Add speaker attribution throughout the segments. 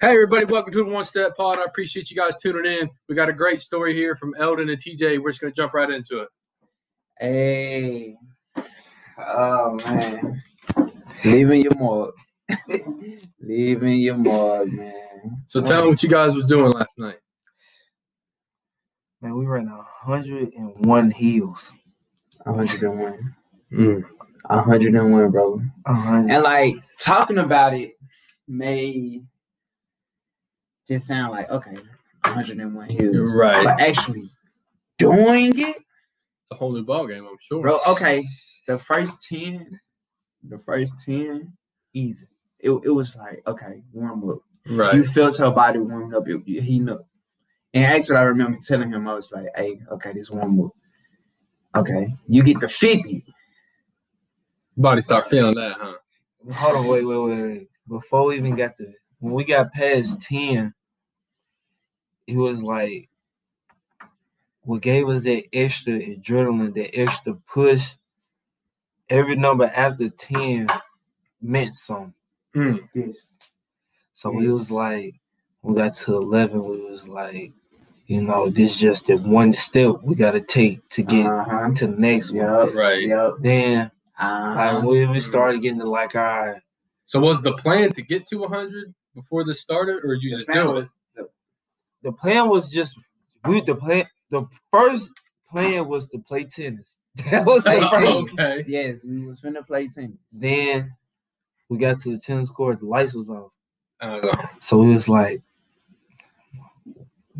Speaker 1: Hey, everybody, welcome to the One Step Pod. I appreciate you guys tuning in. We got a great story here from Eldon and TJ. We're just going to jump right into it.
Speaker 2: Hey. Oh man. Leaving your mug. Leaving your mug, man.
Speaker 1: So tell them what you guys was doing last night.
Speaker 3: Man, we ran hundred and one heels.
Speaker 2: hundred and one. hundred and one, bro. And
Speaker 3: hundred.
Speaker 2: like talking about it may just sound like okay, 101 heels.
Speaker 1: Right.
Speaker 2: But actually doing it,
Speaker 1: It's a whole new ballgame, I'm sure.
Speaker 2: bro. Okay, the first 10, the first 10, easy. It, it was like, okay, warm up. You
Speaker 1: Right.
Speaker 2: felt her body warming up. You, you, he knew. And actually, I remember telling him, I was like, hey, okay, this warm up. Okay, you get to 50.
Speaker 1: Body start feeling that, huh?
Speaker 3: Hold on, wait, wait, wait, wait. Before we even got to when we got past ten, it was like what gave us that extra adrenaline, that extra push. Every number after ten meant something.
Speaker 1: Mm.
Speaker 2: Yes.
Speaker 3: So we was like, we got to eleven. We was like, you know, this just that one step we gotta take to get
Speaker 2: Uh-huh.
Speaker 3: to the next one.
Speaker 2: Yep.
Speaker 1: Right.
Speaker 2: Yep.
Speaker 3: Then like
Speaker 2: Uh-huh.
Speaker 3: we, we started getting to like our
Speaker 1: So was the plan to get to 100 before this started, or you just do it?
Speaker 3: the plan was just we the plan the first plan was to play tennis. That was
Speaker 2: Play
Speaker 3: the
Speaker 1: Oh,
Speaker 3: first.
Speaker 2: tennis.
Speaker 1: okay.
Speaker 2: Yes, we was finna play tennis.
Speaker 3: Then we got to the tennis court, the lights was off.
Speaker 1: I don't know.
Speaker 3: So we was like,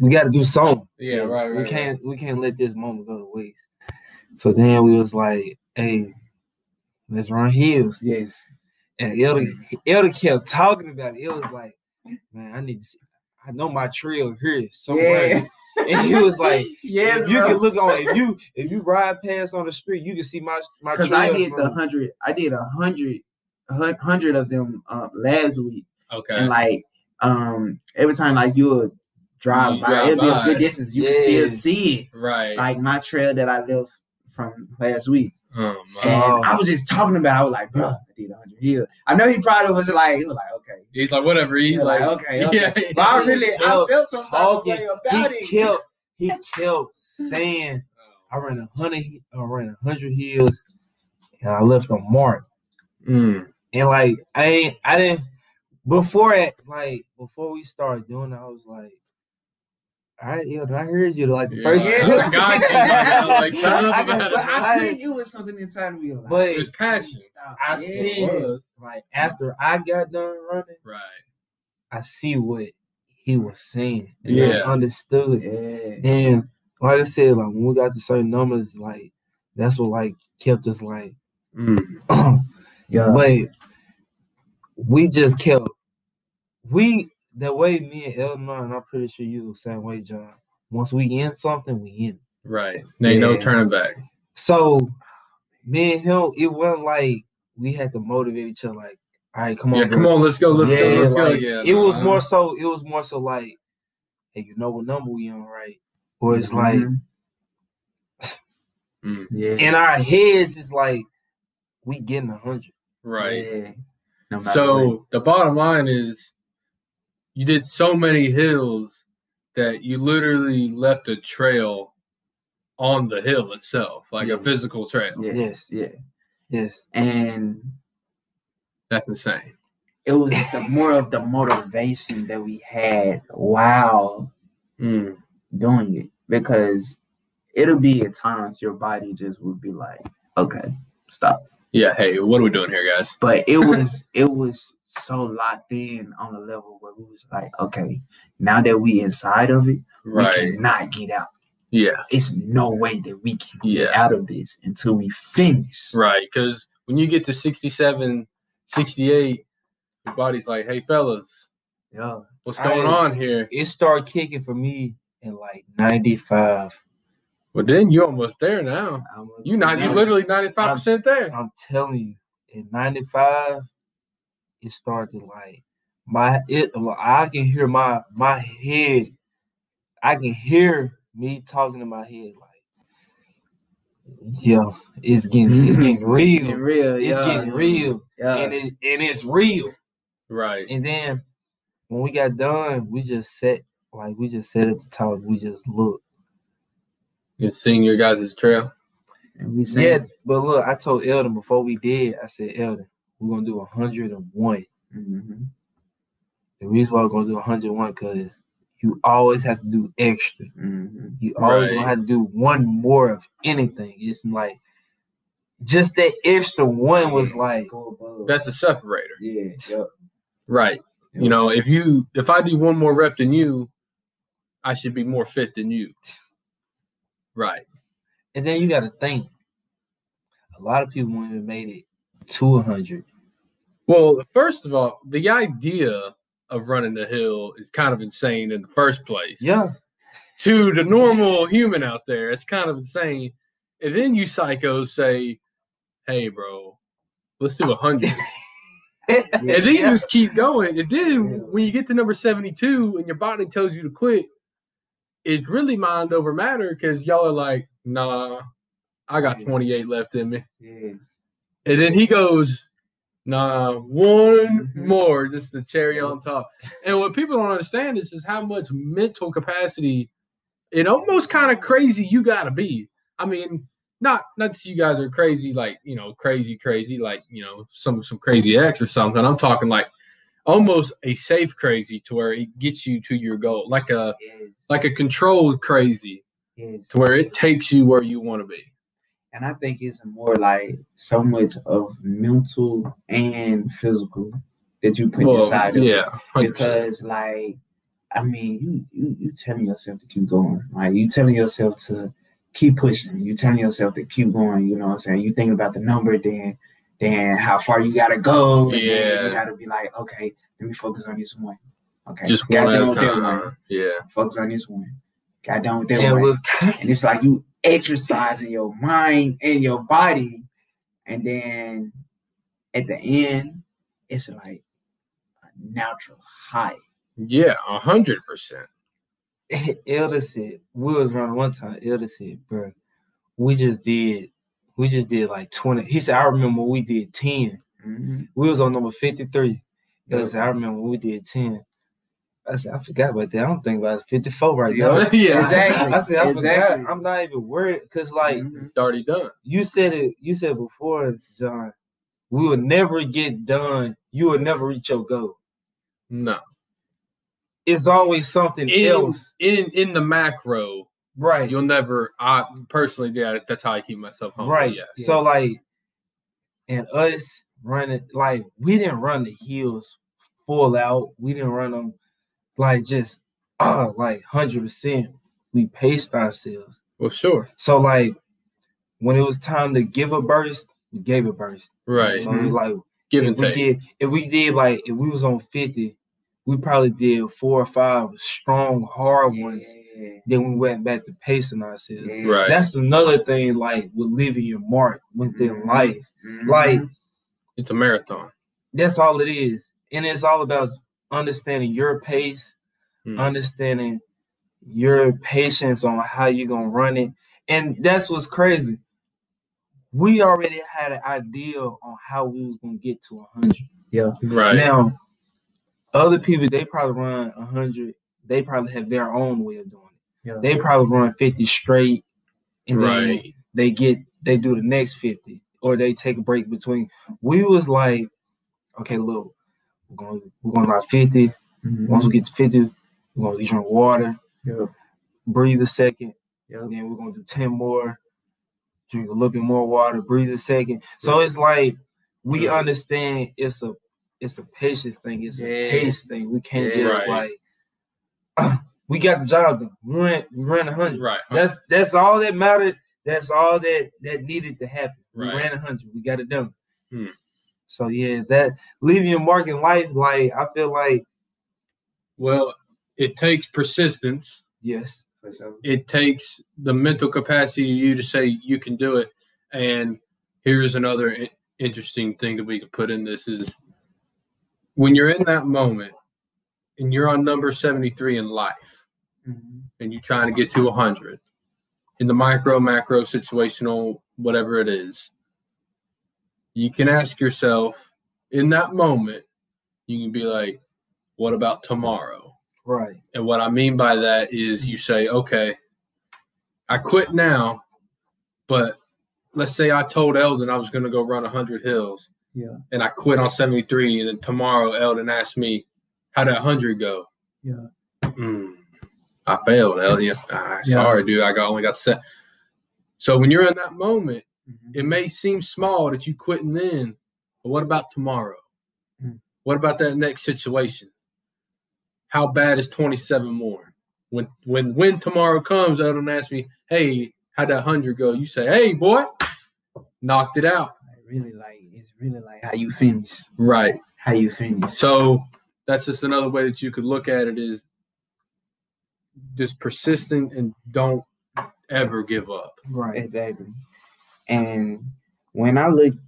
Speaker 3: we gotta do something.
Speaker 1: Yeah, right, right.
Speaker 3: We
Speaker 1: right.
Speaker 3: can't we can't let this moment go to waste. So then we was like, hey, let's run heels.
Speaker 2: Yes.
Speaker 3: And Elder, Elder kept talking about it. It was like, man, I need to see. I know my trail here somewhere. And he was like,
Speaker 2: yes,
Speaker 3: if you
Speaker 2: bro.
Speaker 3: can look on if you if you ride past on the street, you can see my my
Speaker 2: Cause I
Speaker 3: trail
Speaker 2: did the
Speaker 3: from-
Speaker 2: hundred. I did a hundred, a hun- hundred of them uh, last week,
Speaker 1: Okay.
Speaker 2: and like um every time like you would drive
Speaker 1: You
Speaker 2: by,
Speaker 1: drive
Speaker 2: it'd be a
Speaker 1: by.
Speaker 2: good distance. You can still
Speaker 3: Yeah.
Speaker 2: see it,
Speaker 1: Right.
Speaker 2: like my trail that I left from last week.
Speaker 1: oh, my.
Speaker 3: So-
Speaker 2: And I was just talking about. I was like, bro, I did a hundred here. I know he probably was like, he was like, okay,
Speaker 1: He's like, whatever. He's
Speaker 2: Yeah,
Speaker 1: like,
Speaker 2: like, okay, okay.
Speaker 1: Yeah.
Speaker 2: But I really, I
Speaker 3: Yo,
Speaker 2: felt some type of way
Speaker 3: talking,
Speaker 2: about
Speaker 3: he
Speaker 2: it.
Speaker 3: kept he kept saying I ran a hundred he- I ran a hundred heels and I left a mark.
Speaker 1: Mm.
Speaker 3: And like I ain't I didn't before it like before we started doing it, I was like, all right, Elder, I heard you like the
Speaker 1: Yeah.
Speaker 3: first
Speaker 2: Yeah, I
Speaker 1: got you, man. Like, shut up
Speaker 3: I got-
Speaker 1: about it.
Speaker 3: but I-
Speaker 2: I think it was something inside me. Like,
Speaker 3: but
Speaker 1: There's passion.
Speaker 2: stop.
Speaker 3: I
Speaker 2: Yeah.
Speaker 3: see. like after I got done running,
Speaker 1: Right.
Speaker 3: I see what he was saying. And I
Speaker 1: Yeah.
Speaker 3: understood.
Speaker 2: Yeah.
Speaker 3: And like I said, like when we got to certain numbers, like that's what like kept us like
Speaker 1: Mm.
Speaker 2: Yeah.
Speaker 3: but we just kept we the way me and Elmer and I'm pretty sure you the same way, John. Once we in something, we in. it.
Speaker 1: Right. There ain't no
Speaker 3: Yeah.
Speaker 1: turning back.
Speaker 3: So me and him, it wasn't like we had to motivate each other like, all right, come on,
Speaker 1: Yeah,
Speaker 3: bro.
Speaker 1: come on, let's go, let's
Speaker 3: yeah,
Speaker 1: go, let's
Speaker 3: like,
Speaker 1: go. Yeah,
Speaker 3: it was
Speaker 1: nah.
Speaker 3: more so. It was more so like, hey, you know what number we on, right? Or it's like
Speaker 1: Mm-hmm.
Speaker 2: Mhm.
Speaker 1: Mm.
Speaker 2: yeah.
Speaker 3: in our heads, it's like we getting a hundred.
Speaker 1: right.
Speaker 2: Yeah. No matter what.
Speaker 1: So the bottom line is, you did so many hills that you literally left a trail on the hill itself, like a
Speaker 3: Yeah.
Speaker 1: physical trail.
Speaker 2: yeah.
Speaker 3: Yes.
Speaker 2: yeah.
Speaker 3: Yes.
Speaker 2: And
Speaker 1: That's insane.
Speaker 2: it was the more of the motivation that we had while
Speaker 1: Mm.
Speaker 2: doing it because it'll be at times your body just would be like, okay, stop.
Speaker 1: Yeah. Hey, what are we doing here, guys?
Speaker 2: but it was it was so locked in on a level where we was like, okay, now that we inside of it, we
Speaker 1: Right.
Speaker 2: cannot get out.
Speaker 1: Yeah.
Speaker 2: It's no way that we can get
Speaker 1: Yeah.
Speaker 2: out of this until we finish.
Speaker 1: Right. Because when you get to 67, 68, your body's like, hey, fellas,
Speaker 2: Yeah.
Speaker 1: what's going
Speaker 3: I-
Speaker 1: on here?
Speaker 3: It started kicking for me in like ninety five.
Speaker 1: Well, then you're almost there now.
Speaker 2: I was-
Speaker 1: You not you
Speaker 3: Yeah.
Speaker 1: literally ninety five percent there.
Speaker 3: I'm telling you, in ninety five, it started to like my it. well, I can hear my my head. I can hear me talking in my head like, yeah, it's getting it's getting
Speaker 2: It's getting
Speaker 3: real.
Speaker 2: real.
Speaker 3: It's
Speaker 2: yeah.
Speaker 3: getting real.
Speaker 2: Yeah.
Speaker 3: and it and it's real.
Speaker 1: Right.
Speaker 3: And then when we got done, we just sat like we just sat at the top. We just looked.
Speaker 1: and seeing your guys' trail.
Speaker 2: And we sang.
Speaker 3: Yes, but look, I told Eldon before we did. I said, Eldon, we're gonna do 101.
Speaker 2: Mhm.
Speaker 3: The reason why we're gonna do 101 because you always have to do extra.
Speaker 2: Mhm.
Speaker 3: You always
Speaker 1: Right.
Speaker 3: gonna have to do one more of anything. It's like just that extra one was like
Speaker 2: Go above.
Speaker 1: That's a separator.
Speaker 2: yeah. Yep.
Speaker 1: Right. You know, if you if I do one more rep than you, I should be more fit than you. Right.
Speaker 3: And then you got to think. A lot of people wouldn't have made it to 100.
Speaker 1: Well, first of all, the idea of running the hill is kind of insane in the first place.
Speaker 3: Yeah.
Speaker 1: To the normal human out there, it's kind of insane. And then you psychos say, "Hey, bro, let's do a hundred.
Speaker 3: and
Speaker 1: And then you
Speaker 3: yeah.
Speaker 1: just keep going. And then
Speaker 2: Yeah.
Speaker 1: when you get to number 72 and your body tells you to quit, it's really mind over matter because y'all are like, nah, I got
Speaker 2: Yes.
Speaker 1: 28 left in me.
Speaker 2: Yes.
Speaker 1: And then he goes, nah, one
Speaker 2: Mhm.
Speaker 1: more, just the cherry on top. And what people don't understand is just how much mental capacity and almost kind of crazy you gotta be. I mean, not not that you guys are crazy, like you know, crazy, crazy, like you know, some some crazy ex or something. I'm talking like almost a safe crazy to where it gets you to your goal, like a
Speaker 2: Yes.
Speaker 1: like a controlled crazy
Speaker 2: yes.
Speaker 1: to where it takes you where you want to be.
Speaker 2: and I think it's more like so much of mental and physical that you put
Speaker 1: Well,
Speaker 2: inside of it.
Speaker 1: yeah, 100%.
Speaker 2: because like I mean you you you telling yourself to keep going. Like you telling yourself to keep pushing. You telling yourself to keep going, you know what I'm saying? You thinking about the number then then how far you gotta go. And then
Speaker 1: Yeah.
Speaker 2: you gotta be like, okay, let me focus on this one. Okay.
Speaker 1: just
Speaker 2: got
Speaker 1: one at
Speaker 2: done
Speaker 1: a
Speaker 2: with that one.
Speaker 1: time. Yeah.
Speaker 2: Focus on this one. Got done with that
Speaker 3: And
Speaker 2: one.
Speaker 3: with
Speaker 2: And it's like you exercising your mind and your body. And then at the end, it's like a natural high.
Speaker 1: Yeah, a hundred percent.
Speaker 3: Elder said, we was running one time. Elder said, bro, we just did, we just did like 20. He said, I remember we did 10.
Speaker 2: Mm-hmm.
Speaker 3: We was on number 53. Elder said, I remember we did 10. I said, I forgot about that. I don't think about it. 54 right
Speaker 2: Yeah.
Speaker 3: now.
Speaker 1: yeah,
Speaker 2: Exactly.
Speaker 3: I said, I
Speaker 2: Exactly.
Speaker 3: forgot. I'm not even worried because, like,
Speaker 2: Mhm.
Speaker 1: It's already done.
Speaker 3: you said it you said before john we will never get done you will never reach your goal
Speaker 1: No,
Speaker 3: it's always something
Speaker 1: Ew.
Speaker 3: else
Speaker 1: in in the macro,
Speaker 3: right
Speaker 1: you'll never. I personally, yeah, that's how I keep myself humble.
Speaker 3: right
Speaker 1: Yeah,
Speaker 3: so like and us running like we didn't run the hills full out we didn't run them like just uh like 100% we paced ourselves
Speaker 1: well, sure,
Speaker 3: so like when it was time to give a burst we gave a burst
Speaker 1: right. mm-hmm.
Speaker 3: so it was like
Speaker 1: Give and
Speaker 3: if we
Speaker 1: take.
Speaker 3: did if we did like if we was on 50 we probably did four or five strong hard ones
Speaker 2: Yeah.
Speaker 3: then we went back to pacing ourselves
Speaker 2: Yeah.
Speaker 1: Right.
Speaker 3: that's another thing like with leaving your mark within
Speaker 1: Mm-hmm.
Speaker 2: Mhm.
Speaker 3: life
Speaker 2: Mhm.
Speaker 3: like
Speaker 1: It's a marathon.
Speaker 3: that's all it is and it's all about understanding your pace
Speaker 1: Mm.
Speaker 3: understanding your patience on how you're gonna run it and that's what's crazy we already had an idea on how we was gonna get to 100
Speaker 1: Right.
Speaker 3: Now, other people they probably run hundred. They probably have their own way of doing it.
Speaker 2: Yeah.
Speaker 3: They probably run fifty straight, and then
Speaker 1: right.
Speaker 3: they get they do the next fifty, or they take a break between. We was like, okay, look, we're gonna we're gonna ride fifty.
Speaker 2: Mhm.
Speaker 3: Once we get to fifty, we're gonna drink water,
Speaker 2: Yeah.
Speaker 3: breathe a second,
Speaker 2: Yeah.
Speaker 3: and then we're gonna do ten more. Drink a little bit more water, breathe a second. So it's like we
Speaker 1: Yeah.
Speaker 3: understand it's a it's a patience thing, it's a
Speaker 2: Yeah.
Speaker 3: pace thing. We can't
Speaker 2: Yeah.
Speaker 3: just
Speaker 1: Right.
Speaker 3: like we got the job done. We ran we ran a hundred.
Speaker 1: Right.
Speaker 3: That's that's all that mattered. That's all that that needed to happen. We
Speaker 1: Right.
Speaker 3: ran a hundred. We got it done.
Speaker 1: Hmm.
Speaker 3: So yeah, that leaving your mark in life, like I feel like
Speaker 1: Well, it takes persistence.
Speaker 3: yes,
Speaker 2: For sure.
Speaker 1: It takes the mental capacity of you to say you can do it. And here's another i- interesting thing that we could put in this is when you're in that moment and you're on number 73 in life,
Speaker 2: Mhm.
Speaker 1: and you're trying to get to 100 in the micro, macro, situational, whatever it is, you can ask yourself in that moment, you can be like, What about tomorrow?
Speaker 3: Right.
Speaker 1: And what I mean by that is you say, okay, I quit now, but let's say I told Eldon I was going to go run 100 hills.
Speaker 2: Yeah.
Speaker 1: And I quit on 73. And then tomorrow, Eldon asked me, how did 100 go?
Speaker 2: Yeah.
Speaker 1: Mm, I failed, Eldon. Ah,
Speaker 2: Yeah.
Speaker 1: Sorry, dude. I got only got set. So when you're in that moment,
Speaker 2: Mhm.
Speaker 1: it may seem small that you quitting then, but what about tomorrow?
Speaker 2: Mm.
Speaker 1: What about that next situation? How bad is 27 more? When when when tomorrow comes, Odin asks me, "Hey, how'd that hundred go?" You say, "Hey, boy, knocked it out."
Speaker 2: Like, really like it's really like how you finish.
Speaker 1: Right.
Speaker 2: How you finish.
Speaker 1: So that's just another way that you could look at it is just persistent and don't ever give up.
Speaker 3: Right.
Speaker 2: Exactly. And when I looked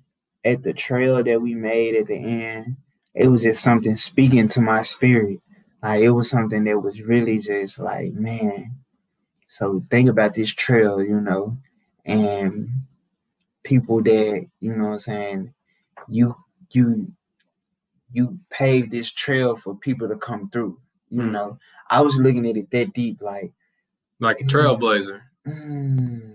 Speaker 2: at the trail that we made at the end, it was just something speaking to my spirit. Like it was something that was really just like, man. So think about this trail, you know, and people that, you know what I'm saying, you you you paved this trail for people to come through. You
Speaker 1: Mhm.
Speaker 2: know, I was looking at it that deep, like,
Speaker 1: Like a trailblazer.
Speaker 2: mm,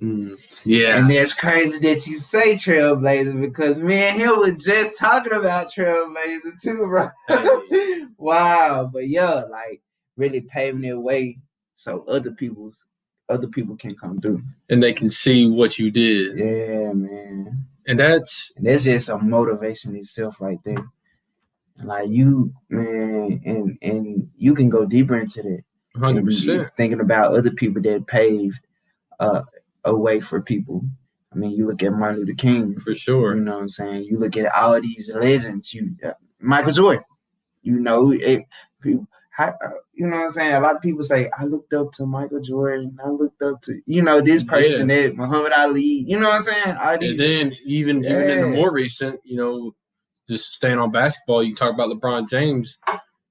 Speaker 1: Mm. Yeah.
Speaker 2: and it's crazy that you say Trailblazer because me and him was just talking about Trailblazer too, bro.
Speaker 1: Hey.
Speaker 2: wow, but yeah, like really paving their way so other people's other people can come through.
Speaker 1: and they can see what you did.
Speaker 2: Yeah, man.
Speaker 1: And that's
Speaker 2: And that's just a motivation itself right there. Like you, man, and and you can go deeper into that.
Speaker 1: hundred
Speaker 2: and you-
Speaker 1: percent.
Speaker 2: you Thinking about other people that paved uh, a way for people. I mean, you look at Martin Luther King,
Speaker 1: For
Speaker 2: You
Speaker 1: sure.
Speaker 2: know what I'm saying? You look at all these legends. You uh, Michael Jordan. You know it. You, how, uh, you know what I'm saying? A lot of people say I looked up to Michael Jordan. I looked up to you know this person that Muhammad Ali. You know what I'm saying? All
Speaker 1: And
Speaker 2: these.
Speaker 1: then even even in the
Speaker 2: Yeah.
Speaker 1: more recent, you know, just staying on basketball, you talk about LeBron James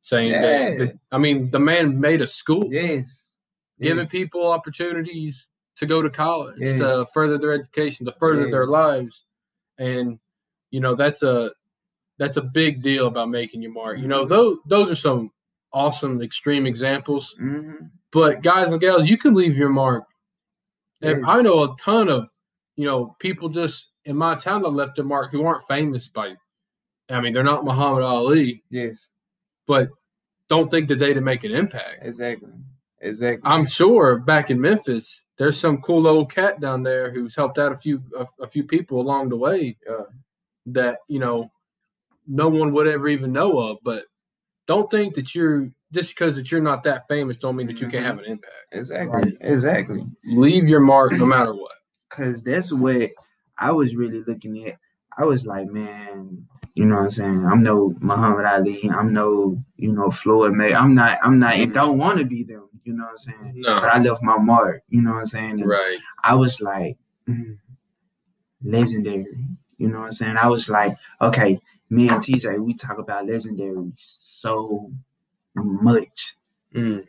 Speaker 1: saying that,
Speaker 2: Yeah.
Speaker 1: I mean, the man made a school,
Speaker 2: yes.
Speaker 1: giving
Speaker 2: yes,
Speaker 1: people opportunities to go to college, to
Speaker 2: Yes.
Speaker 1: further their education, to further their
Speaker 2: Yes.
Speaker 1: lives. And you know, that's a that's a big deal about making your mark. You know,
Speaker 2: Mhm.
Speaker 1: those those are some awesome extreme examples.
Speaker 2: mhm,
Speaker 1: But guys and gals, you can leave your mark. And
Speaker 2: Yes.
Speaker 1: I know a ton of, you know, people just in my town that left their mark who aren't famous by, I mean, they're not Muhammad Ali,
Speaker 2: Yes.
Speaker 1: but don't think that they didn't make an impact.
Speaker 2: Exactly. Exactly.
Speaker 1: I'm sure back in Memphis, there's some cool old cat down there who's helped out a few a, a few people along the way uh,
Speaker 2: Yeah.
Speaker 1: that you know no one would ever even know of. But don't think that you're just because that you're not that famous don't mean that you can't
Speaker 2: Mhm.
Speaker 1: have an impact.
Speaker 2: exactly. Exactly.
Speaker 1: Leave your mark no matter what.
Speaker 2: Cause that's what I was really looking at. I was like, man, you know what I'm saying? I'm no Muhammad Ali. I'm no, you know, Floyd May. I'm not, I'm not, and don't want to be them. You know what I'm saying? But
Speaker 1: No,
Speaker 2: I left my mark. You know what I'm saying? And
Speaker 1: right.
Speaker 2: I was like, mm, legendary. You know what I'm saying? I was like, okay, me and TJ, we talk about legendary so much.
Speaker 1: Mm.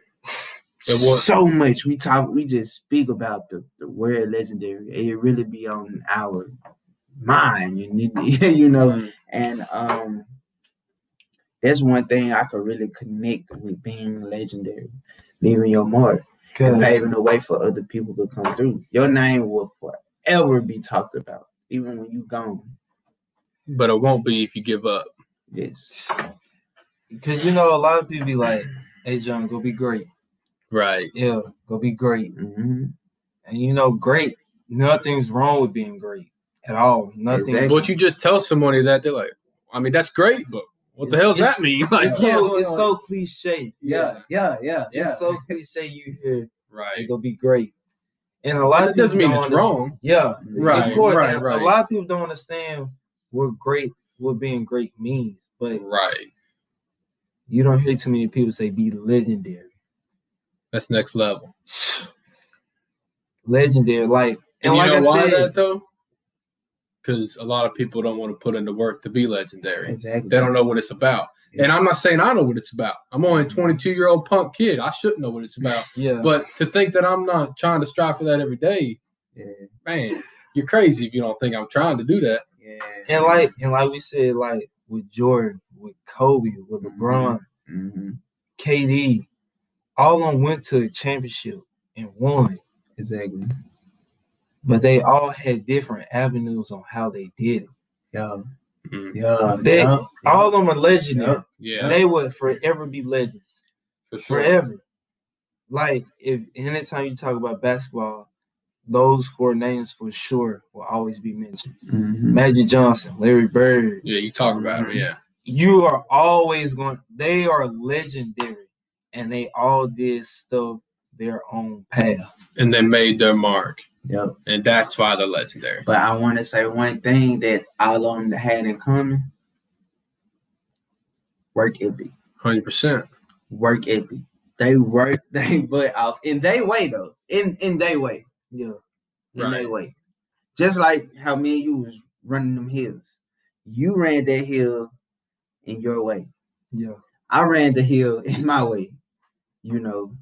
Speaker 1: It was-
Speaker 2: so much. We talk. We just speak about the, the word legendary. It really be on our mind, and it- you know.
Speaker 1: Mm.
Speaker 2: And um, that's one thing I could really connect with being legendary, leaving your mark, and paving the way for other people to come through. Your name will forever be talked about, even when you gone.
Speaker 1: But it won't be if you give up.
Speaker 2: Yes.
Speaker 3: Because you know, a lot of people be like, "Hey, John, go be great.
Speaker 1: Right.
Speaker 3: Yeah, go be great."
Speaker 2: hmm
Speaker 3: And you know, great. Nothing's wrong with being great at all. Nothing.
Speaker 2: Exactly.
Speaker 1: What you just tell somebody that they're like, I mean, that's great, but what the hell does that mean? Like,
Speaker 3: It's
Speaker 1: yeah,
Speaker 3: so,
Speaker 2: hold
Speaker 3: it's
Speaker 2: on.
Speaker 3: so cliche.
Speaker 1: Yeah,
Speaker 2: Yeah. Yeah.
Speaker 3: It's so cliche. You hear, "Hey,
Speaker 1: right.
Speaker 3: go be great," and a lot
Speaker 1: And
Speaker 3: of
Speaker 1: it
Speaker 3: people
Speaker 1: doesn't mean
Speaker 3: don't
Speaker 1: it's
Speaker 3: under-
Speaker 1: wrong.
Speaker 3: Yeah,
Speaker 1: Right,
Speaker 3: Of course,
Speaker 1: right,
Speaker 3: and
Speaker 1: right.
Speaker 3: A lot of people don't understand what great, what being great means, but
Speaker 1: Right.
Speaker 3: you don't hear too many people say be legendary.
Speaker 1: That's next level.
Speaker 3: Legendary, like
Speaker 1: And,
Speaker 3: and,
Speaker 1: you
Speaker 3: like
Speaker 1: know
Speaker 3: I
Speaker 1: why
Speaker 3: said,
Speaker 1: that though? Because a lot of people don't want to put in the work to be legendary.
Speaker 2: Exactly.
Speaker 1: They don't know what it's about. And I'm not saying I know what it's about. I'm only a 22 year old punk kid. I should know what it's about.
Speaker 3: Mm. yeah,
Speaker 1: But to think that I'm not trying to strive for that every day,
Speaker 2: Yeah.
Speaker 1: man, you're crazy if you don't think I'm trying to do that.
Speaker 2: Yeah.
Speaker 3: and like and like we said, like with Jordan, with Kobe, with
Speaker 1: Mm-hmm.
Speaker 2: Mhm.
Speaker 3: LeBron,
Speaker 2: Mm-hmm.
Speaker 3: KD, all of them went to a championship and won,
Speaker 2: Exactly.
Speaker 3: but they all had different avenues on how they did it.
Speaker 2: Yeah.
Speaker 1: Mhm.
Speaker 2: Yeah.
Speaker 3: They-
Speaker 2: yeah,
Speaker 3: All of them are legendary.
Speaker 1: Yeah,
Speaker 3: They will forever be legends.
Speaker 1: for sure.
Speaker 3: Forever. Like if anytime you talk about basketball, those four names for sure will always be mentioned.
Speaker 2: Mhm.
Speaker 3: Magic Johnson, Larry Bird.
Speaker 1: Yeah, you talk about it. Yeah,
Speaker 3: You are always going they are legendary and they all did stuff their own path.
Speaker 1: Mm-hmm. and they made their mark,
Speaker 2: Yep.
Speaker 1: and that's why they're legendary.
Speaker 2: But I want to say one thing that all of them had in common: work ethic.
Speaker 1: Hundred percent.
Speaker 2: Work ethic. They work they butt off in they way though. In in they way.
Speaker 3: Yeah.
Speaker 2: In
Speaker 1: Right.
Speaker 2: they way. Just like how me and you was running them hills. You ran that hill in your way.
Speaker 3: Yeah.
Speaker 2: I ran the hill in my way. You know,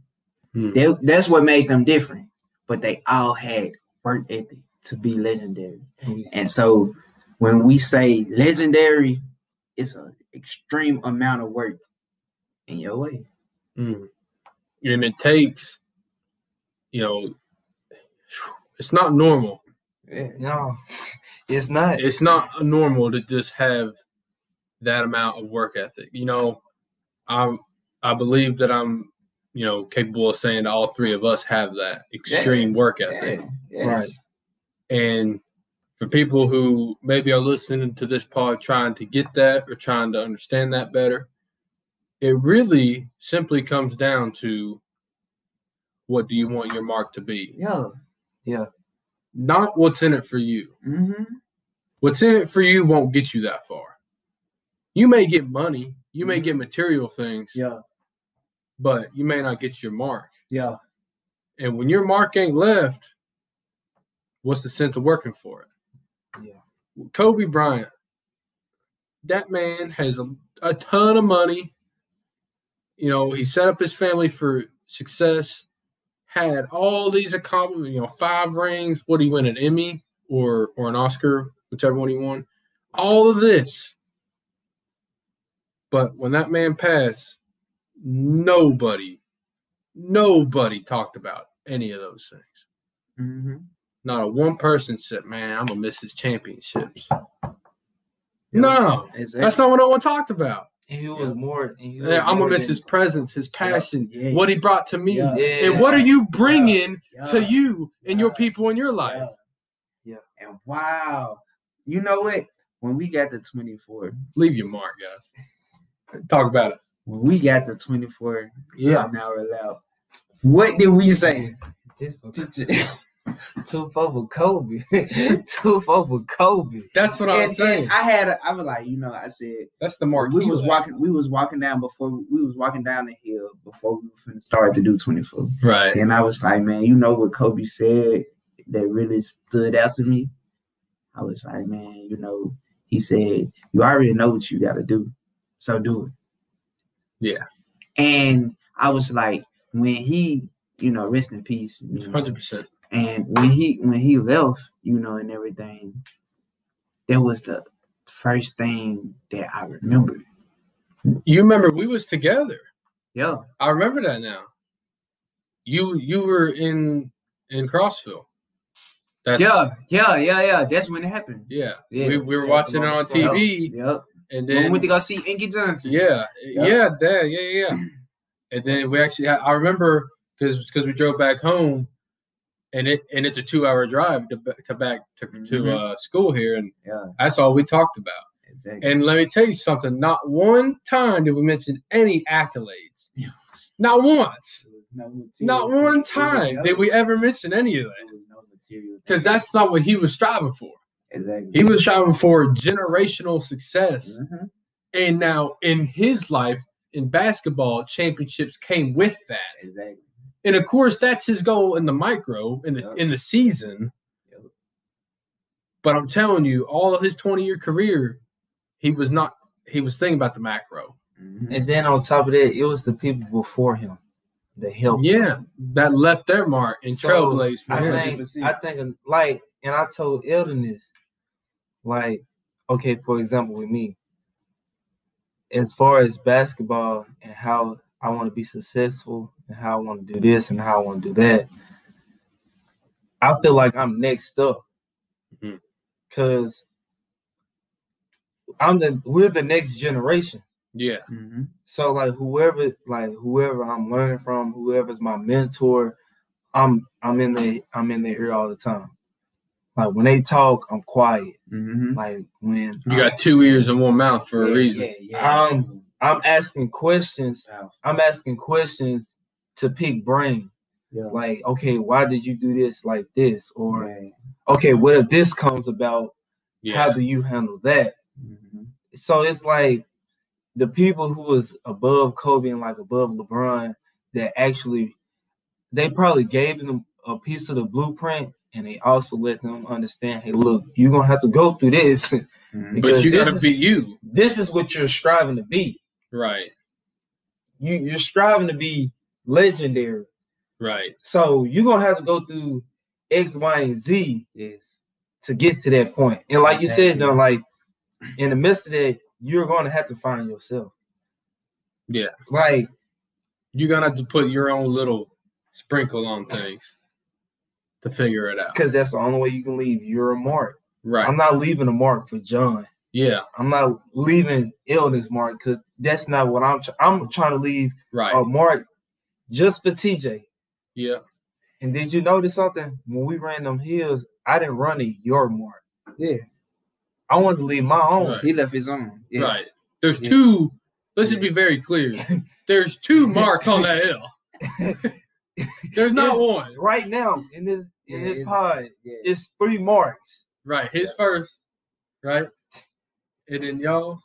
Speaker 1: Hmm.
Speaker 2: that, that's what made them different. But they all had work ethic to be legendary. And so when we say legendary, it's an extreme amount of work in your way.
Speaker 1: Mm. And it takes, you know, it's not normal.
Speaker 2: Yeah.
Speaker 3: No. It's not.
Speaker 1: it's not normal to just have that amount of work ethic. You know, I I believe that I'm, you know, capable of saying that all three of us have that extreme work ethic.
Speaker 3: Right.
Speaker 1: And for people who maybe are listening to this pod trying to get that or trying to understand that better, it really simply comes down to what do you want your mark to be?
Speaker 2: Yeah.
Speaker 1: Not what's in it for you.
Speaker 2: Mm-hmm.
Speaker 1: What's in it for you won't get you that far. You may get money, you may get material things,
Speaker 2: Mm-hmm. Yeah.
Speaker 1: but you may not get your mark.
Speaker 2: Yeah.
Speaker 1: And when your mark ain't left, what's the sense of working for it? Yeah. Kobe Bryant, that man has a, a ton of money. You know, he set up his family for success, had all these accomplishments, you know, five rings. What did he win, an Emmy or or an Oscar, whichever one he won? All of this. But when that man passed, nobody nobody talked about any of those things.
Speaker 2: Mm-hmm.
Speaker 1: Not a one person said, "Man, I'm gonna miss his championships." No,
Speaker 2: Exactly.
Speaker 1: that's not what no one talked about.
Speaker 3: And he was more and he was
Speaker 1: Yeah, I'm
Speaker 3: more
Speaker 1: gonna miss
Speaker 3: than-
Speaker 1: his presence, his passion,
Speaker 2: Yeah.
Speaker 1: what he brought to me,
Speaker 2: Yeah.
Speaker 3: Yeah.
Speaker 1: and what are you bringing
Speaker 2: Yeah.
Speaker 1: to you and your
Speaker 2: Yeah.
Speaker 1: people in your life?
Speaker 2: Yeah.
Speaker 3: Yeah.
Speaker 2: And wow. You know what? When we got the 24,
Speaker 1: Leave your mark, guys. Talk about it.
Speaker 2: when we got the 24
Speaker 1: Yeah,
Speaker 2: an hour allowed, what did we say?
Speaker 3: This two for for Kobe, two for for Kobe.
Speaker 1: that's what I
Speaker 2: And-
Speaker 1: was
Speaker 2: and
Speaker 1: saying.
Speaker 2: I had, a, I was like, you know, I said,
Speaker 1: That's the mark.
Speaker 2: we
Speaker 1: he
Speaker 2: was
Speaker 1: left.
Speaker 2: walking. We was walking down before we was walking down the hill before we were finna start to do twenty four.
Speaker 1: right.
Speaker 2: And I was like, man, you know what Kobe said that really stood out to me. I was like, man, you know, he said, you already know what you got to do, so do it.
Speaker 1: Yeah.
Speaker 2: And I was like, when he, you know, rest in peace. you know,
Speaker 1: Hundred percent.
Speaker 2: and when he when he left, you know, and everything, that was the first thing that I remembered.
Speaker 1: You remember we was together.
Speaker 2: Yeah.
Speaker 1: I remember that now. You you were in in Crossville. That's,
Speaker 2: Yeah, yeah, yeah, yeah. That's when it happened.
Speaker 1: yeah.
Speaker 2: Yeah,
Speaker 1: we, we were
Speaker 2: yeah,
Speaker 1: watching it
Speaker 3: along
Speaker 1: on
Speaker 3: the side.
Speaker 1: TV,
Speaker 2: Yep.
Speaker 1: and
Speaker 2: When we
Speaker 1: then
Speaker 2: went to go see Inky Johnson.
Speaker 1: yeah,
Speaker 2: Yeah.
Speaker 1: yeah, yeah, that, yeah, yeah. And then we actually, had, I remember because because we drove back home, and it and it's a two hour drive to, ba- to back to, to
Speaker 2: Mhm.
Speaker 1: uh, school here, and
Speaker 2: Yeah.
Speaker 1: that's all we talked about.
Speaker 2: Exactly.
Speaker 1: And let me tell you something: not one time did we mention any accolades,
Speaker 2: Yeah.
Speaker 1: not once,
Speaker 2: No material.
Speaker 1: not one time did we ever mention any of that. Because that's not what he was striving for.
Speaker 2: exactly.
Speaker 1: He was striving for generational success.
Speaker 2: Mhm.
Speaker 1: And now in his life, in basketball, championships came with that.
Speaker 2: Exactly.
Speaker 1: And of course, that's his goal in the micro, in the
Speaker 2: Yeah.
Speaker 1: in the season.
Speaker 2: Yeah.
Speaker 1: But I'm telling you, all of his 20 year career, he was not he was thinking about the macro.
Speaker 2: Mhm.
Speaker 3: And then on top of that, it was the people before him that helped.
Speaker 1: Yeah. That left their mark and
Speaker 3: So,
Speaker 1: trailblazed for
Speaker 3: I
Speaker 1: him.
Speaker 3: think I think like, and I told Eldon this, like, okay, for example, with me, as far as basketball and how I want to be successful and how I want to do this and how I want to do that. I feel like I'm next up
Speaker 1: Mhm.
Speaker 3: because I'm the we're the next generation.
Speaker 1: Yeah.
Speaker 2: hmm
Speaker 3: So like whoever like whoever I'm learning from, whoever's my mentor, I'm I'm in the I'm in their ear all the time. Like when they talk, I'm quiet.
Speaker 2: hmm
Speaker 3: Like when
Speaker 1: You got two ears and one mouth for a reason.
Speaker 3: Um, I'm asking questions.
Speaker 2: Yeah.
Speaker 3: I'm asking questions to pick brain.
Speaker 2: Yeah.
Speaker 3: Like, okay, why did you do this like this? Or
Speaker 2: Right.
Speaker 3: okay, what if this comes about?
Speaker 1: Yeah.
Speaker 3: How do you handle that?
Speaker 2: Mhm.
Speaker 3: So it's like the people who was above Kobe and like above LeBron that actually they probably gave them a piece of the blueprint and they also let them understand, hey, look, you're gonna have to go through this.
Speaker 1: but
Speaker 2: Mhm.
Speaker 3: because
Speaker 1: you
Speaker 3: this
Speaker 1: gotta
Speaker 3: is-
Speaker 1: be you.
Speaker 3: this is what you're striving to be.
Speaker 1: Right.
Speaker 3: you you're striving to be legendary.
Speaker 1: Right.
Speaker 3: So you're gonna have to go through X, Y, and Z
Speaker 2: Yes.
Speaker 3: to get to that point. And like you said,
Speaker 2: Exactly.
Speaker 3: John, like in the midst of that, you're gonna have to find yourself.
Speaker 1: Yeah.
Speaker 3: Like
Speaker 1: You're gonna have to put your own little sprinkle on things to figure it out.
Speaker 3: because that's the only way you can leave your mark.
Speaker 1: Right.
Speaker 3: I'm not leaving a mark for John.
Speaker 1: Yeah.
Speaker 3: I'm not leaving illness mark because that's not what I'm. Tr- I'm trying to leave a
Speaker 1: Right.
Speaker 3: mark just for TJ.
Speaker 1: Yeah.
Speaker 3: And did you notice something? When we ran them hills, I didn't run a your mark.
Speaker 2: Yeah.
Speaker 3: I wanted to leave my own.
Speaker 1: Right.
Speaker 2: He left his own. Yes.
Speaker 1: Right. There's
Speaker 2: Yes.
Speaker 1: two. Let's just be very clear. There's two marks on that hill. There's not
Speaker 3: It's-
Speaker 1: one.
Speaker 3: Right now in this in
Speaker 2: Yeah,
Speaker 3: this
Speaker 2: it's-
Speaker 3: pod,
Speaker 2: Yeah.
Speaker 3: it's three marks.
Speaker 1: Right. His first. Right. And then y'all.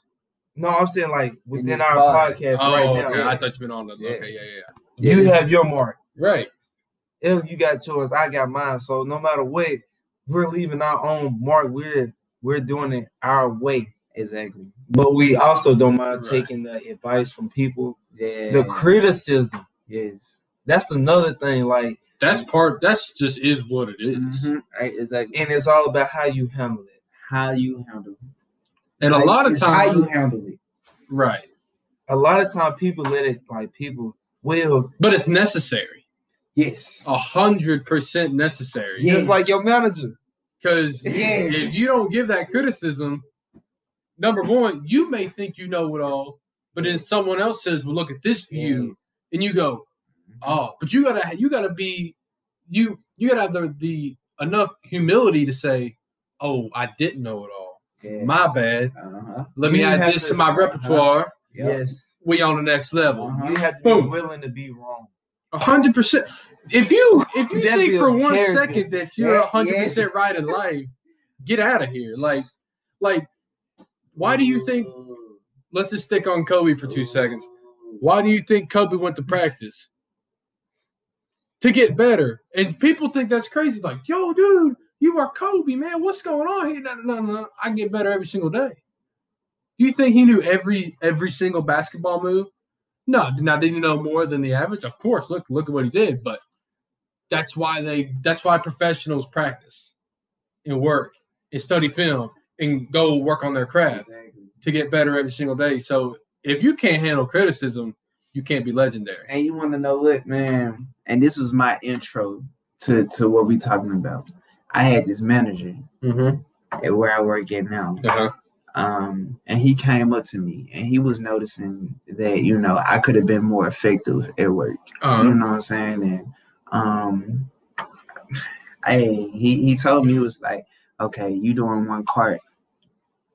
Speaker 3: No, I'm saying like within
Speaker 2: this
Speaker 3: our
Speaker 2: pod.
Speaker 3: podcast
Speaker 1: oh,
Speaker 3: right now,
Speaker 1: okay. I
Speaker 2: yeah.
Speaker 1: thought you been on the.
Speaker 2: Yeah.
Speaker 1: Okay. Yeah. Yeah. yeah.
Speaker 3: you have your mark.
Speaker 1: Right.
Speaker 3: If you got yours, I got mine. So no matter what, we're leaving our own mark. We're we're doing it our way.
Speaker 2: Exactly.
Speaker 3: But we also don't mind
Speaker 1: Right.
Speaker 3: taking the advice from people.
Speaker 2: Yeah.
Speaker 3: The criticism.
Speaker 2: yes.
Speaker 3: That's another thing. Like,
Speaker 1: That's part. That's just is what it is.
Speaker 2: Mhm. Right. Exactly.
Speaker 3: and it's all about how you handle it.
Speaker 2: How you handle. it.
Speaker 1: And a
Speaker 2: Like,
Speaker 1: lot of
Speaker 2: it's how you
Speaker 1: times.
Speaker 2: handle it.
Speaker 1: Right.
Speaker 3: A lot of time people let it like people will
Speaker 1: But it's necessary.
Speaker 2: Yes.
Speaker 1: A hundred percent necessary.
Speaker 2: Yeah.
Speaker 3: just like your manager.
Speaker 1: Because
Speaker 2: Yeah.
Speaker 1: if you don't give that criticism, number one, you may think you know it all, but then someone else says, "Well, look at this view," and you go,
Speaker 2: Mm-hmm.
Speaker 1: "Oh," but you gotta you gotta be you you gotta have the, the enough humility to say, "Oh, I didn't know it all.
Speaker 2: Yeah.
Speaker 1: My bad.
Speaker 2: uh-huh.
Speaker 1: Let me
Speaker 3: You
Speaker 1: add
Speaker 3: have
Speaker 1: this
Speaker 3: to-
Speaker 1: to my repertoire.
Speaker 2: Yep.
Speaker 3: Yes.
Speaker 1: We on the next level.
Speaker 2: Uh-huh.
Speaker 3: You have to
Speaker 1: Boom.
Speaker 3: be willing to be wrong.
Speaker 1: A hundred percent. If you if you
Speaker 3: That'd
Speaker 1: think
Speaker 3: be a
Speaker 1: for one second
Speaker 3: character.
Speaker 1: that you're a
Speaker 2: Yeah,
Speaker 1: hundred percent right in life, get out of here. Like, like, why do you think? Let's just stick on Kobe for two seconds. Why do you think Kobe went to practice to get better? And people think that's crazy. Like, yo, dude, you are Kobe, man. What's going on here? No, no, no. no. I get better every single day. Do you think he knew every every single basketball move? No, did not did he know more than the average? Of course. Look, look at what he did. But that's why they that's why professionals practice and work and study film and go work on their craft
Speaker 2: Exactly.
Speaker 1: to get better every single day. So if you can't handle criticism, you can't be legendary.
Speaker 2: And you want to know what, man? And this was my intro to to what we talking about. I had this manager
Speaker 1: Mm-hmm.
Speaker 2: at where I work at now.
Speaker 1: Uh-huh.
Speaker 2: um, and he came up to me and he was noticing that you know I could have been more effective at work.
Speaker 1: Uh-huh.
Speaker 2: You know what I'm saying? And um, I he he told me he was like, okay, you doing one cart,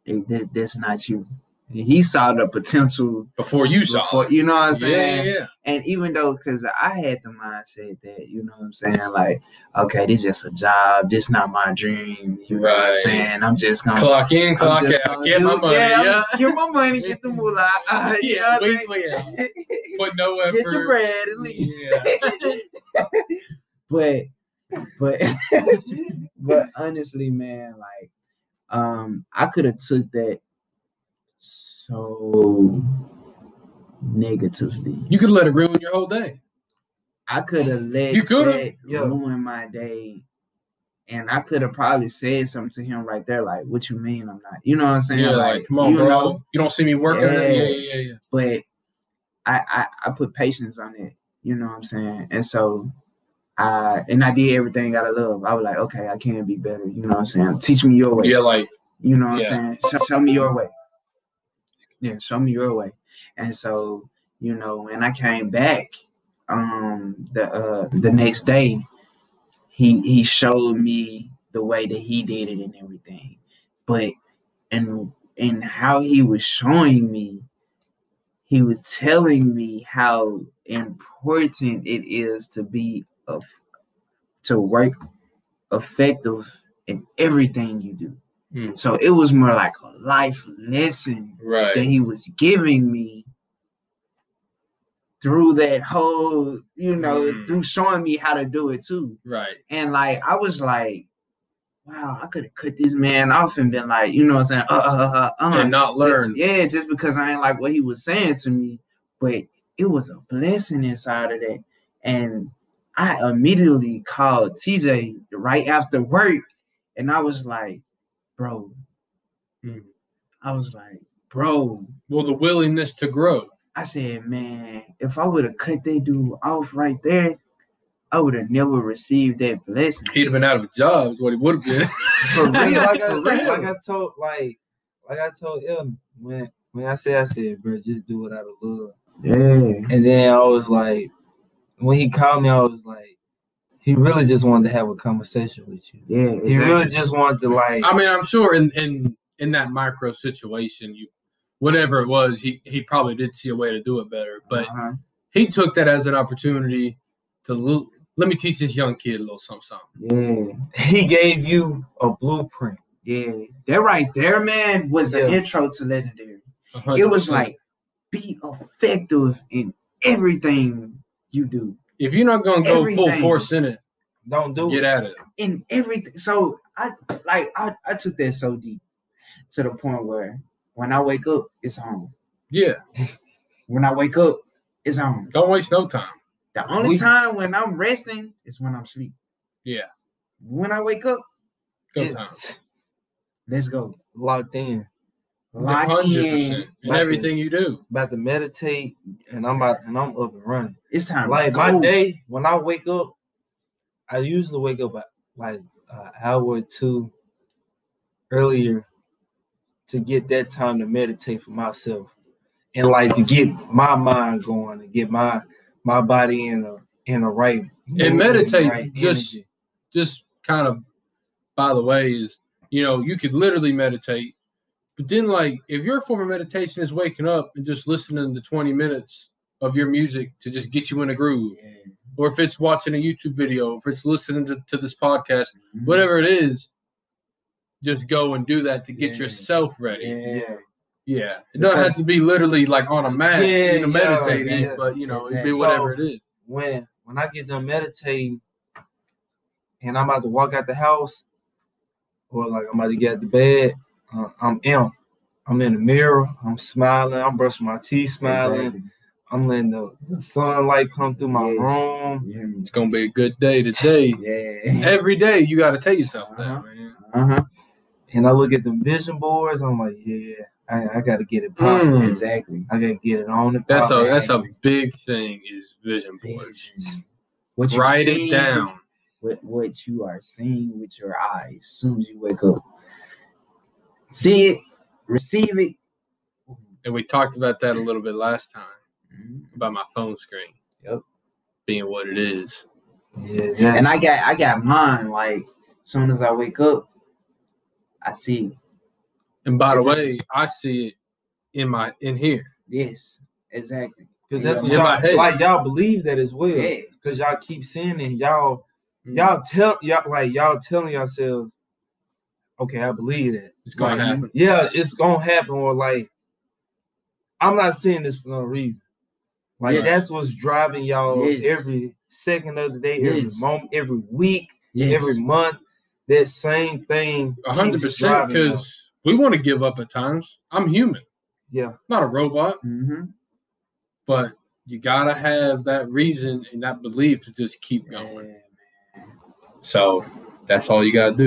Speaker 2: it, that, that's not you. And he saw the potential.
Speaker 1: before you saw.
Speaker 2: Before, you know what I'm saying?
Speaker 1: yeah, yeah.
Speaker 2: And even though, because I had the mindset that, you know what I'm saying? Like, okay, this just a job. This not my dream. You know what I'm
Speaker 1: Right.
Speaker 2: saying? I'm just going to
Speaker 1: Clock in,
Speaker 2: I'm
Speaker 1: clock
Speaker 2: just
Speaker 1: out.
Speaker 2: gonna
Speaker 1: Get
Speaker 2: do
Speaker 1: my
Speaker 2: it.
Speaker 1: money.
Speaker 2: Yeah,
Speaker 1: Yeah,
Speaker 2: I'm- Get my money. Get the moolah. Uh, you know
Speaker 1: yeah.
Speaker 2: what I'm
Speaker 1: Wait, wait.
Speaker 2: saying?
Speaker 1: Put no effort.
Speaker 2: Get the bread and leave.
Speaker 1: Yeah.
Speaker 2: But, but, but honestly, man, like, um, I could have took that so negatively.
Speaker 1: You could let it ruin your whole day.
Speaker 2: I could have let
Speaker 1: You coulda.
Speaker 2: that
Speaker 3: Yeah.
Speaker 2: ruin my day. And I could have probably said something to him right there, like, what you mean I'm not, you know what I'm saying?
Speaker 1: Yeah, like, come on,
Speaker 2: you
Speaker 1: bro.
Speaker 2: know,
Speaker 1: you don't see me working.
Speaker 2: Yeah.
Speaker 1: Yeah, yeah, yeah. yeah.
Speaker 2: but I, I, I put patience on it. You know what I'm saying? And so I and I did everything out of love. I was like, okay, I can be better. You know what I'm saying? Teach me your way.
Speaker 1: Yeah, like
Speaker 2: You know what
Speaker 1: Yeah.
Speaker 2: I'm saying? Show, show me your way. Yeah, show me your way. And so, you know, when I came back, um, the uh the next day, he he showed me the way that he did it and everything. But and and how he was showing me, he was telling me how important it is to be of to work effective in everything you do.
Speaker 1: Mm.
Speaker 2: So it was more like a life lesson that
Speaker 1: right.
Speaker 2: he was giving me through that whole, you know,
Speaker 1: Mm.
Speaker 2: through showing me how to do it too.
Speaker 1: Right.
Speaker 2: And like I was like, wow, I could have cut this man off and been like, you know what I'm saying? Uh uh uh uh.
Speaker 1: And not learn.
Speaker 2: Yeah, just because I ain't like what he was saying to me, but it was a blessing inside of that. And I immediately called TJ right after work and I was like, bro,
Speaker 1: Mm.
Speaker 2: I was like, bro,
Speaker 1: Well, the willingness to grow.
Speaker 2: I said, man, if I would have cut that dude off right there, I would have never received that blessing.
Speaker 1: He'd have been out of a job, is what he would have been.
Speaker 2: For real,
Speaker 3: Yeah, like, I,
Speaker 2: for
Speaker 3: like,
Speaker 2: real.
Speaker 3: like I told, like, like I told him when when I said, I said, bro, just do it out of love.
Speaker 2: Yeah.
Speaker 3: And then I was like, when he called me, I was like, he really just wanted to have a conversation with you.
Speaker 2: Yeah.
Speaker 3: He really just wanted to like,
Speaker 1: I mean, I'm sure in in in that micro situation, you whatever it was, he he probably did see a way to do it better, but
Speaker 2: uh
Speaker 1: he took that as an opportunity to l- let me teach this young kid a little something. something.
Speaker 2: yeah.
Speaker 3: he gave you a blueprint.
Speaker 2: Yeah. That right there, man, was the
Speaker 3: Yeah.
Speaker 2: intro to legendary.
Speaker 1: A hundred
Speaker 2: It was
Speaker 1: percent.
Speaker 2: like be effective in everything you do.
Speaker 1: if you're not gonna go full
Speaker 2: everything. Oh.
Speaker 1: force in it,
Speaker 3: Don't do
Speaker 1: get
Speaker 3: it.
Speaker 1: at it.
Speaker 2: In everything. So I like I, I took that so deep to the point where when I wake up, it's on.
Speaker 1: Yeah,
Speaker 2: When I wake up, it's on.
Speaker 1: don't waste no time.
Speaker 2: The only
Speaker 3: We-
Speaker 2: time when I'm resting is when I'm asleep.
Speaker 1: Yeah.
Speaker 2: When I wake up,
Speaker 1: Go time.
Speaker 3: It's
Speaker 2: let's go.
Speaker 3: locked in.
Speaker 2: Lock in.
Speaker 1: in
Speaker 3: Lock in.
Speaker 1: everything you do.
Speaker 3: About to meditate, and I'm about, and I'm up and running.
Speaker 2: It's time.
Speaker 3: Like
Speaker 2: to
Speaker 3: my
Speaker 2: go.
Speaker 3: day, when I wake up, I usually wake up at like uh, an hour or two earlier to get that time to meditate for myself and like to get my mind going and get my my body in a in a right
Speaker 1: And meditate,
Speaker 3: right
Speaker 1: just-
Speaker 3: energy.
Speaker 1: Just kind of by the way, is you know, you could literally meditate, but then like if your form of meditation is waking up and just listening to 20 minutes of your music to just get you in a groove, or if it's watching a YouTube video, if it's listening to, to this podcast, whatever it is, just go and do that to get
Speaker 3: Yeah.
Speaker 1: yourself ready.
Speaker 2: Yeah.
Speaker 3: yeah.
Speaker 1: Yeah, it doesn't have to be literally like on a mat,
Speaker 3: Yeah,
Speaker 1: you know,
Speaker 3: yeah,
Speaker 1: meditating,
Speaker 3: exactly.
Speaker 1: but you know, it'd
Speaker 2: Exactly.
Speaker 1: be whatever it is.
Speaker 3: when when I get done meditating and I'm about to walk out the house or like I'm about to get out the bed, uh, I'm imp. I'm in the mirror. I'm smiling. I'm brushing my teeth, smiling.
Speaker 2: Exactly.
Speaker 3: I'm letting the, the sunlight come through my
Speaker 2: Yes.
Speaker 3: room.
Speaker 2: You hear me?
Speaker 1: It's gonna be a good day today.
Speaker 2: Yeah.
Speaker 1: Every day you gotta tell yourself
Speaker 2: Uh-huh.
Speaker 1: that, man.
Speaker 2: Uh-huh.
Speaker 3: And I look at the vision boards. I'm like, yeah, I, I got to get it popping.
Speaker 1: Mm.
Speaker 2: Exactly.
Speaker 3: I got to get it on the
Speaker 1: That's a
Speaker 3: poppin'.
Speaker 1: that's a big thing is vision boards.
Speaker 2: What you
Speaker 1: Write it
Speaker 2: see
Speaker 1: down.
Speaker 2: With what you are seeing with your eyes as soon as you wake up. See it, receive it.
Speaker 1: And we talked about that a little bit last time about my phone screen.
Speaker 2: Yep.
Speaker 1: Being what it is.
Speaker 3: Yeah, yeah.
Speaker 2: And I got I got mine like soon as I wake up, I see it.
Speaker 1: And by the
Speaker 2: It's-
Speaker 1: way, I see it in my in here.
Speaker 2: Yes, exactly.
Speaker 3: Because that's what
Speaker 1: In my head.
Speaker 3: y'all, like y'all believe that as well.
Speaker 2: Yeah.
Speaker 3: Because y'all keep seeing it. Y'all y'all
Speaker 2: Mm-hmm.
Speaker 3: tell y'all like y'all telling yourselves, okay, I believe that.
Speaker 1: It's gonna
Speaker 3: Like,
Speaker 1: happen.
Speaker 3: Yeah, it's gonna happen. Or like, I'm not seeing this for no reason. Like
Speaker 2: Yes.
Speaker 3: that's what's driving y'all
Speaker 2: Yes.
Speaker 3: every second of the day, every
Speaker 2: Yes.
Speaker 3: moment, every week,
Speaker 2: Yes.
Speaker 3: every month. That same thing.
Speaker 1: A hundred
Speaker 3: keeps
Speaker 1: percent
Speaker 3: driving y'all.
Speaker 1: because we want to give up at times. I'm human,
Speaker 3: yeah,
Speaker 1: not a robot,
Speaker 2: Mm-hmm.
Speaker 1: but you gotta have that reason and that belief to just keep going. So that's all you gotta do.